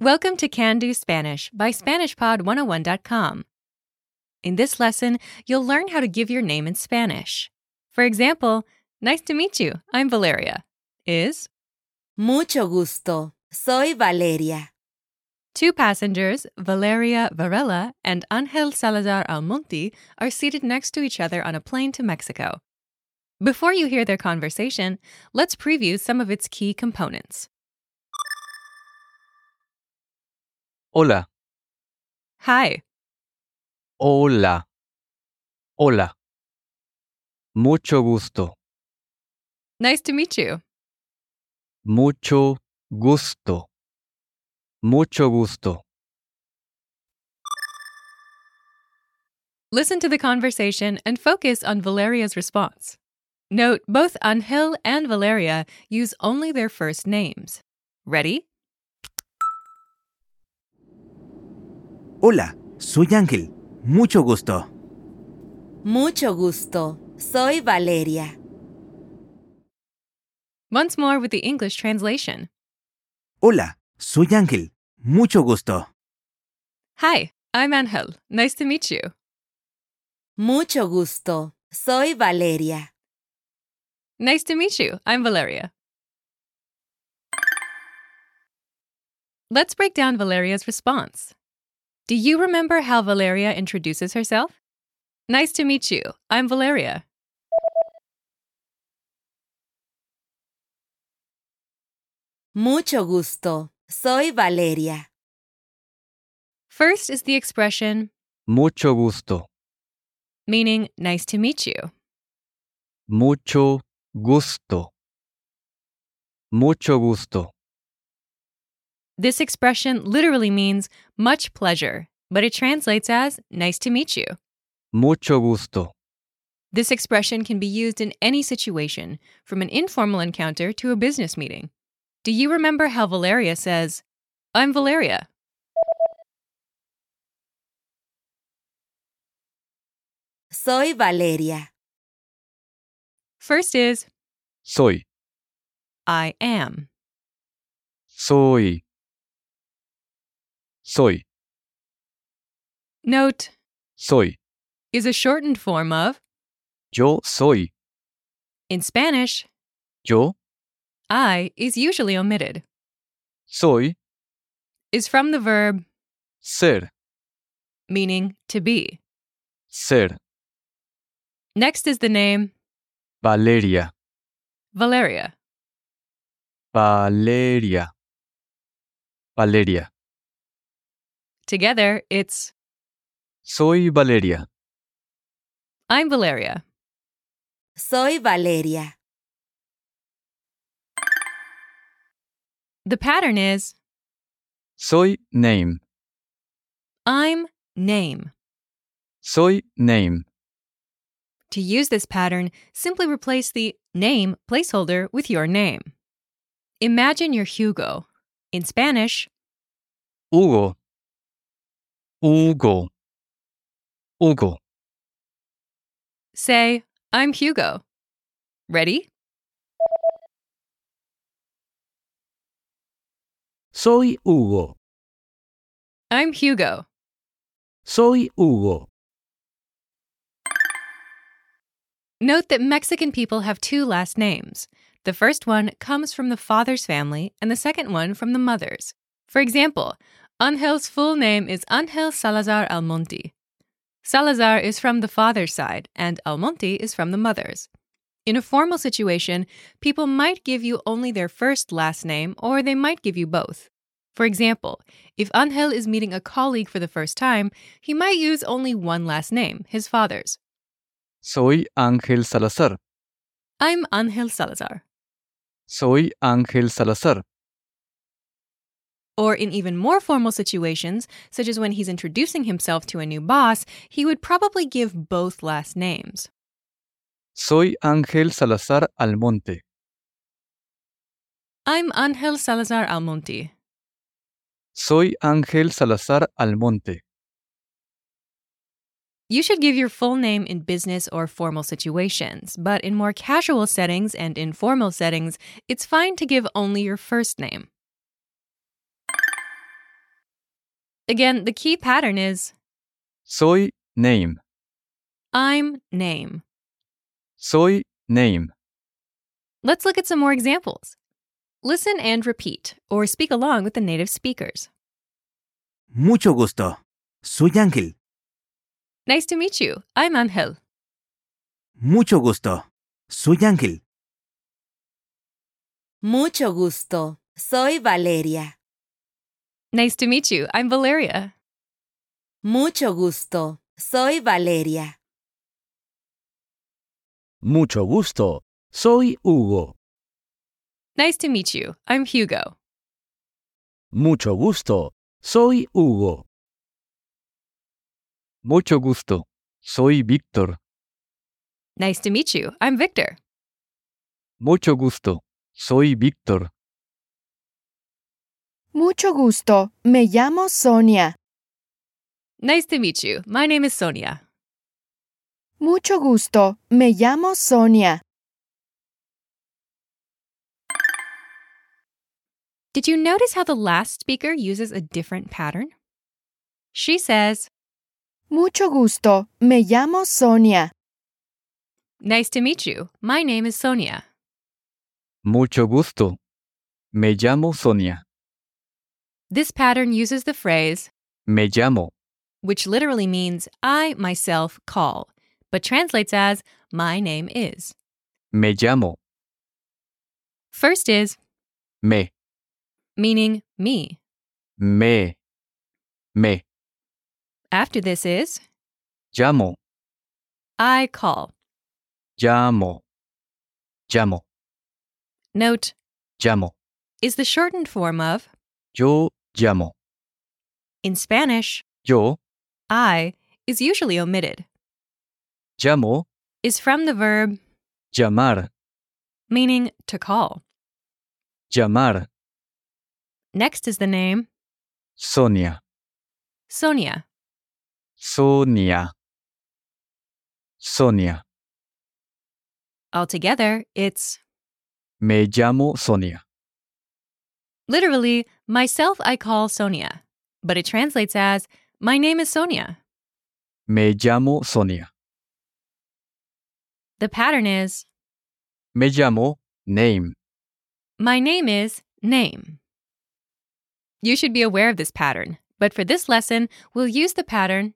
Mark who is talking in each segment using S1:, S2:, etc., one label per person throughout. S1: Welcome to Can Do Spanish oh by SpanishPod101.com. In this lesson, you'll learn how to give your name in Spanish. For example, nice to meet you, I'm Valeria. Is
S2: Mucho gusto. Soy Valeria.
S1: two passengers, Valeria Varela and Angel Salazar Almonte, are seated next to each other on a plane to Mexico. Before you hear their conversation, let's preview some of its key components.
S3: Hola,
S1: Hi,
S3: hola, hola. Mucho gusto,
S1: nice to meet you.
S3: mucho gusto, mucho gusto.
S1: Listen to the conversation and focus on Valeria's response. Note both Angel and Valeria use only their first names. Ready?
S4: Hola, soy Ángel. Mucho gusto.
S2: Mucho gusto. Soy Valeria.
S1: Once more with the English translation.
S4: Hola, soy Ángel. Mucho gusto.
S1: Hi, I'm Angel. Nice to meet you.
S2: Mucho gusto. Soy Valeria.
S1: Nice to meet you. I'm Valeria. Let's break down Valeria's response. Do you remember how Valeria introduces herself? Nice to meet you. I'm Valeria.
S2: Mucho gusto. Soy Valeria.
S1: First is the expression
S3: Mucho gusto,
S1: meaning nice to meet you.
S3: mucho gusto, mucho gusto.
S1: This expression literally means much pleasure, but it translates as nice to meet you.
S3: Mucho gusto,
S1: This expression can be used in any situation, from an informal encounter to a business meeting. Do you remember how Valeria says, I'm Valeria?
S2: Soy Valeria.
S1: First is,
S3: soy,
S1: I am.
S3: soy, soy,
S1: Note,
S3: soy.
S1: is a shortened form of,
S3: Yo soy,
S1: in Spanish,
S3: yo
S1: I is usually omitted,
S3: soy
S1: is from the verb,
S3: ser,
S1: meaning to be.
S3: ser.
S1: Next is the name,
S3: Valeria,
S1: Valeria.
S3: Valeria, Valeria.
S1: Together, it's
S3: Soy Valeria.
S1: I'm Valeria.
S2: Soy Valeria.
S1: The pattern is
S3: Soy name.
S1: I'm name.
S3: Soy name.
S1: To use this pattern, simply replace the name placeholder with your name. Imagine you're Hugo. In Spanish,
S3: Hugo. Hugo. Hugo.
S1: say, I'm Hugo. Ready?
S5: Soy Hugo.
S1: I'm Hugo.
S5: Soy Hugo.
S1: Note that Mexican people have two last names. The first one comes from the father's family and the second one from the mother's. For example, Angel's full name is Angel Salazar Almonte. Salazar is from the father's side and Almonte is from the mother's. In a formal situation, people might give you only their first last name or they might give you both. For example, if Angel is meeting a colleague for the first time, he might use only one last name, his father's.
S3: Soy Ángel Salazar.
S1: I'm Angel Salazar.
S3: Soy Ángel Salazar.
S1: Or in even more formal situations, such as when he's introducing himself to a new boss, he would probably give both last names.
S3: Soy Ángel Salazar Almonte.
S1: I'm Angel Salazar Almonte.
S3: Soy Ángel Salazar Almonte.
S1: You should give your full name in business or formal situations, but in more casual settings and informal settings, it's fine to give only your first name. Again, the key pattern is
S3: Soy name.
S1: I'm name.
S3: Soy name.
S1: Let's look at some more examples. Listen and repeat, or speak along with the native speakers.
S4: Mucho gusto. Soy Ángel.
S1: Nice to meet you. I'm Angel.
S4: Mucho gusto. Soy Ángel.
S2: Mucho gusto. Soy Valeria.
S1: Nice to meet you. I'm Valeria.
S2: Mucho gusto. Soy Valeria.
S5: Mucho gusto. Soy Hugo.
S1: Nice to meet you. I'm Hugo.
S5: Mucho gusto. Soy Hugo.
S3: Mucho gusto. Soy Víctor.
S1: Nice to meet you. I'm Victor.
S3: Mucho gusto. Soy Víctor.
S6: Mucho gusto, me llamo Sonia.
S1: Nice to meet you. My name is Sonia.
S6: Mucho gusto, me llamo Sonia.
S1: Did you notice how the last speaker uses a different pattern? She says,
S6: Mucho gusto, me llamo Sonia.
S1: Nice to meet you. My name is Sonia.
S3: Mucho gusto. Me llamo Sonia.
S1: This pattern uses the phrase,
S3: Me llamo.
S1: which literally means I myself call, but translates as my name is.
S3: Me llamo.
S1: First is
S3: Me.
S1: meaning me.
S3: Me. Me.
S1: After this is
S3: Llamo.
S1: I call.
S3: Llamo. Llamo.
S1: Note
S3: Llamo.
S1: is the shortened form of
S3: Yo llamo.
S1: in Spanish,
S3: Yo
S1: I is usually omitted.
S3: llamo.
S1: Is from the verb
S3: Llamar.
S1: meaning to call.
S3: Llamar.
S1: Next is the name
S3: Sonia.
S1: Sonia.
S3: Sonia. Sonia.
S1: Altogether, it's
S3: Me llamo Sonia.
S1: literally myself I call Sonia, but it translates as my name is Sonia.
S3: Me llamo Sonia.
S1: The pattern is
S3: Me llamo Name.
S1: My name is name. You should be aware of this pattern, but for this lesson, we'll use the pattern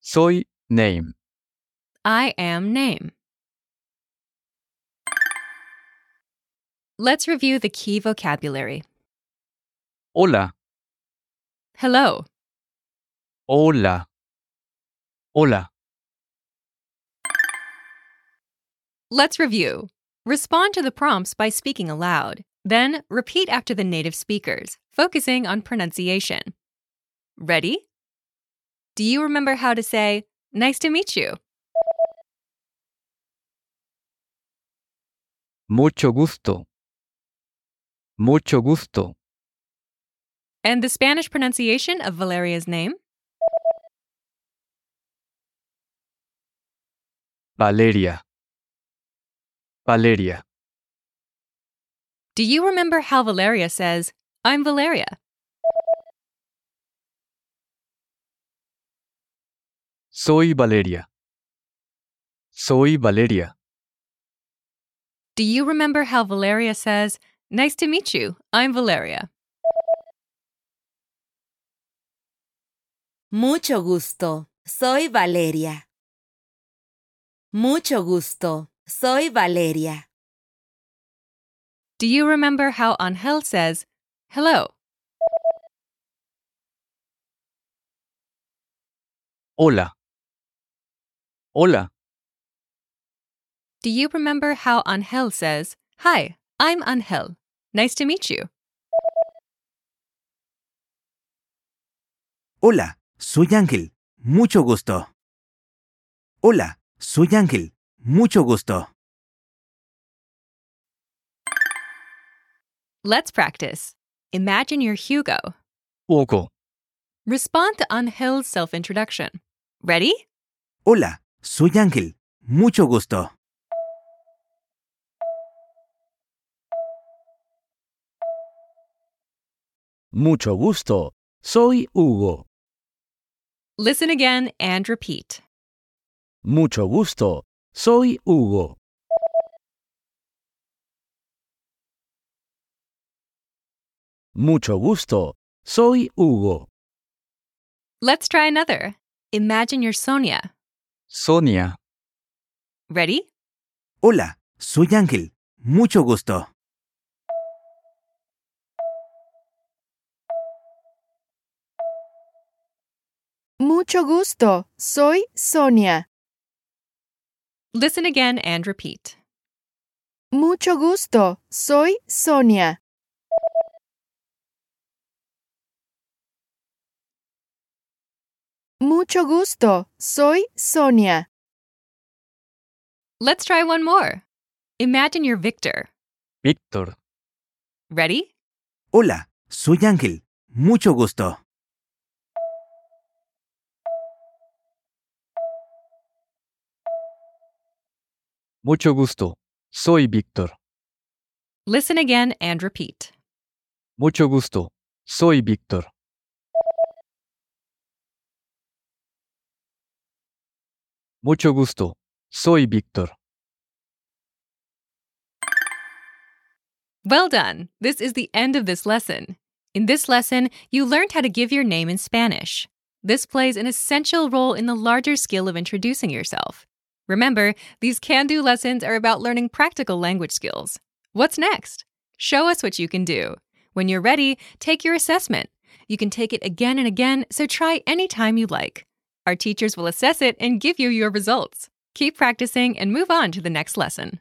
S3: Soy Name.
S1: I am name. Let's review the key vocabulary.
S3: Hola.
S1: Hello,
S3: Hola. Hola.
S1: let's review. Respond to the prompts by speaking aloud. Then repeat after the native speakers, focusing on pronunciation. Ready? Do you remember how to say, Nice to meet you?
S3: Mucho gusto. Mucho gusto.
S1: And the Spanish pronunciation of Valeria's name?
S3: Valeria. Valeria.
S1: Do you remember how Valeria says, I'm Valeria?
S3: Soy Valeria. Soy Valeria.
S1: Do you remember how Valeria says, Nice to meet you, I'm Valeria?
S2: Mucho gusto. Soy Valeria. Mucho gusto. Soy Valeria.
S1: Do you remember how Angel says, Hello?
S3: Hola. Hola.
S1: Do you remember how Angel says, Hi, I'm Angel. Nice to meet you.
S4: Hola, soy Ángel. Mucho gusto. Hola, soy Ángel. Mucho gusto.
S1: Let's practice. Imagine you're Hugo.
S3: Hugo.
S1: Respond to Angel's self introduction. Ready?
S4: Hola, soy Ángel. Mucho gusto.
S5: Mucho gusto. Soy Hugo.
S1: Listen again and repeat.
S5: Mucho gusto. Soy Hugo. Mucho gusto. Soy Hugo.
S1: Let's try another. Imagine you're Sonia.
S3: Sonia,
S1: Ready?
S4: Hola, soy Ángel. Mucho gusto.
S6: Mucho gusto, soy Sonia.
S1: Listen again and repeat.
S6: Mucho gusto, soy Sonia. Mucho gusto, soy Sonia.
S1: Let's try one more. Imagine you're Victor.
S3: Víctor,
S1: Ready?
S4: Hola, soy Ángel. Mucho gusto.
S3: mucho gusto. Soy Víctor,
S1: Listen again and repeat.
S3: mucho gusto. Soy Víctor. Mucho gusto. Soy Víctor.
S1: Well done! This is the end of this lesson. In this lesson, you learned how to give your name in Spanish. This plays an essential role in the larger skill of introducing yourself. Remember, these can do lessons are about learning practical language skills. What's next? Show us what you can do. When you're ready, take your assessment. You can take it again and again, so try any time you like. Our teachers will assess it and give you your results. Keep practicing and move on to the next lesson.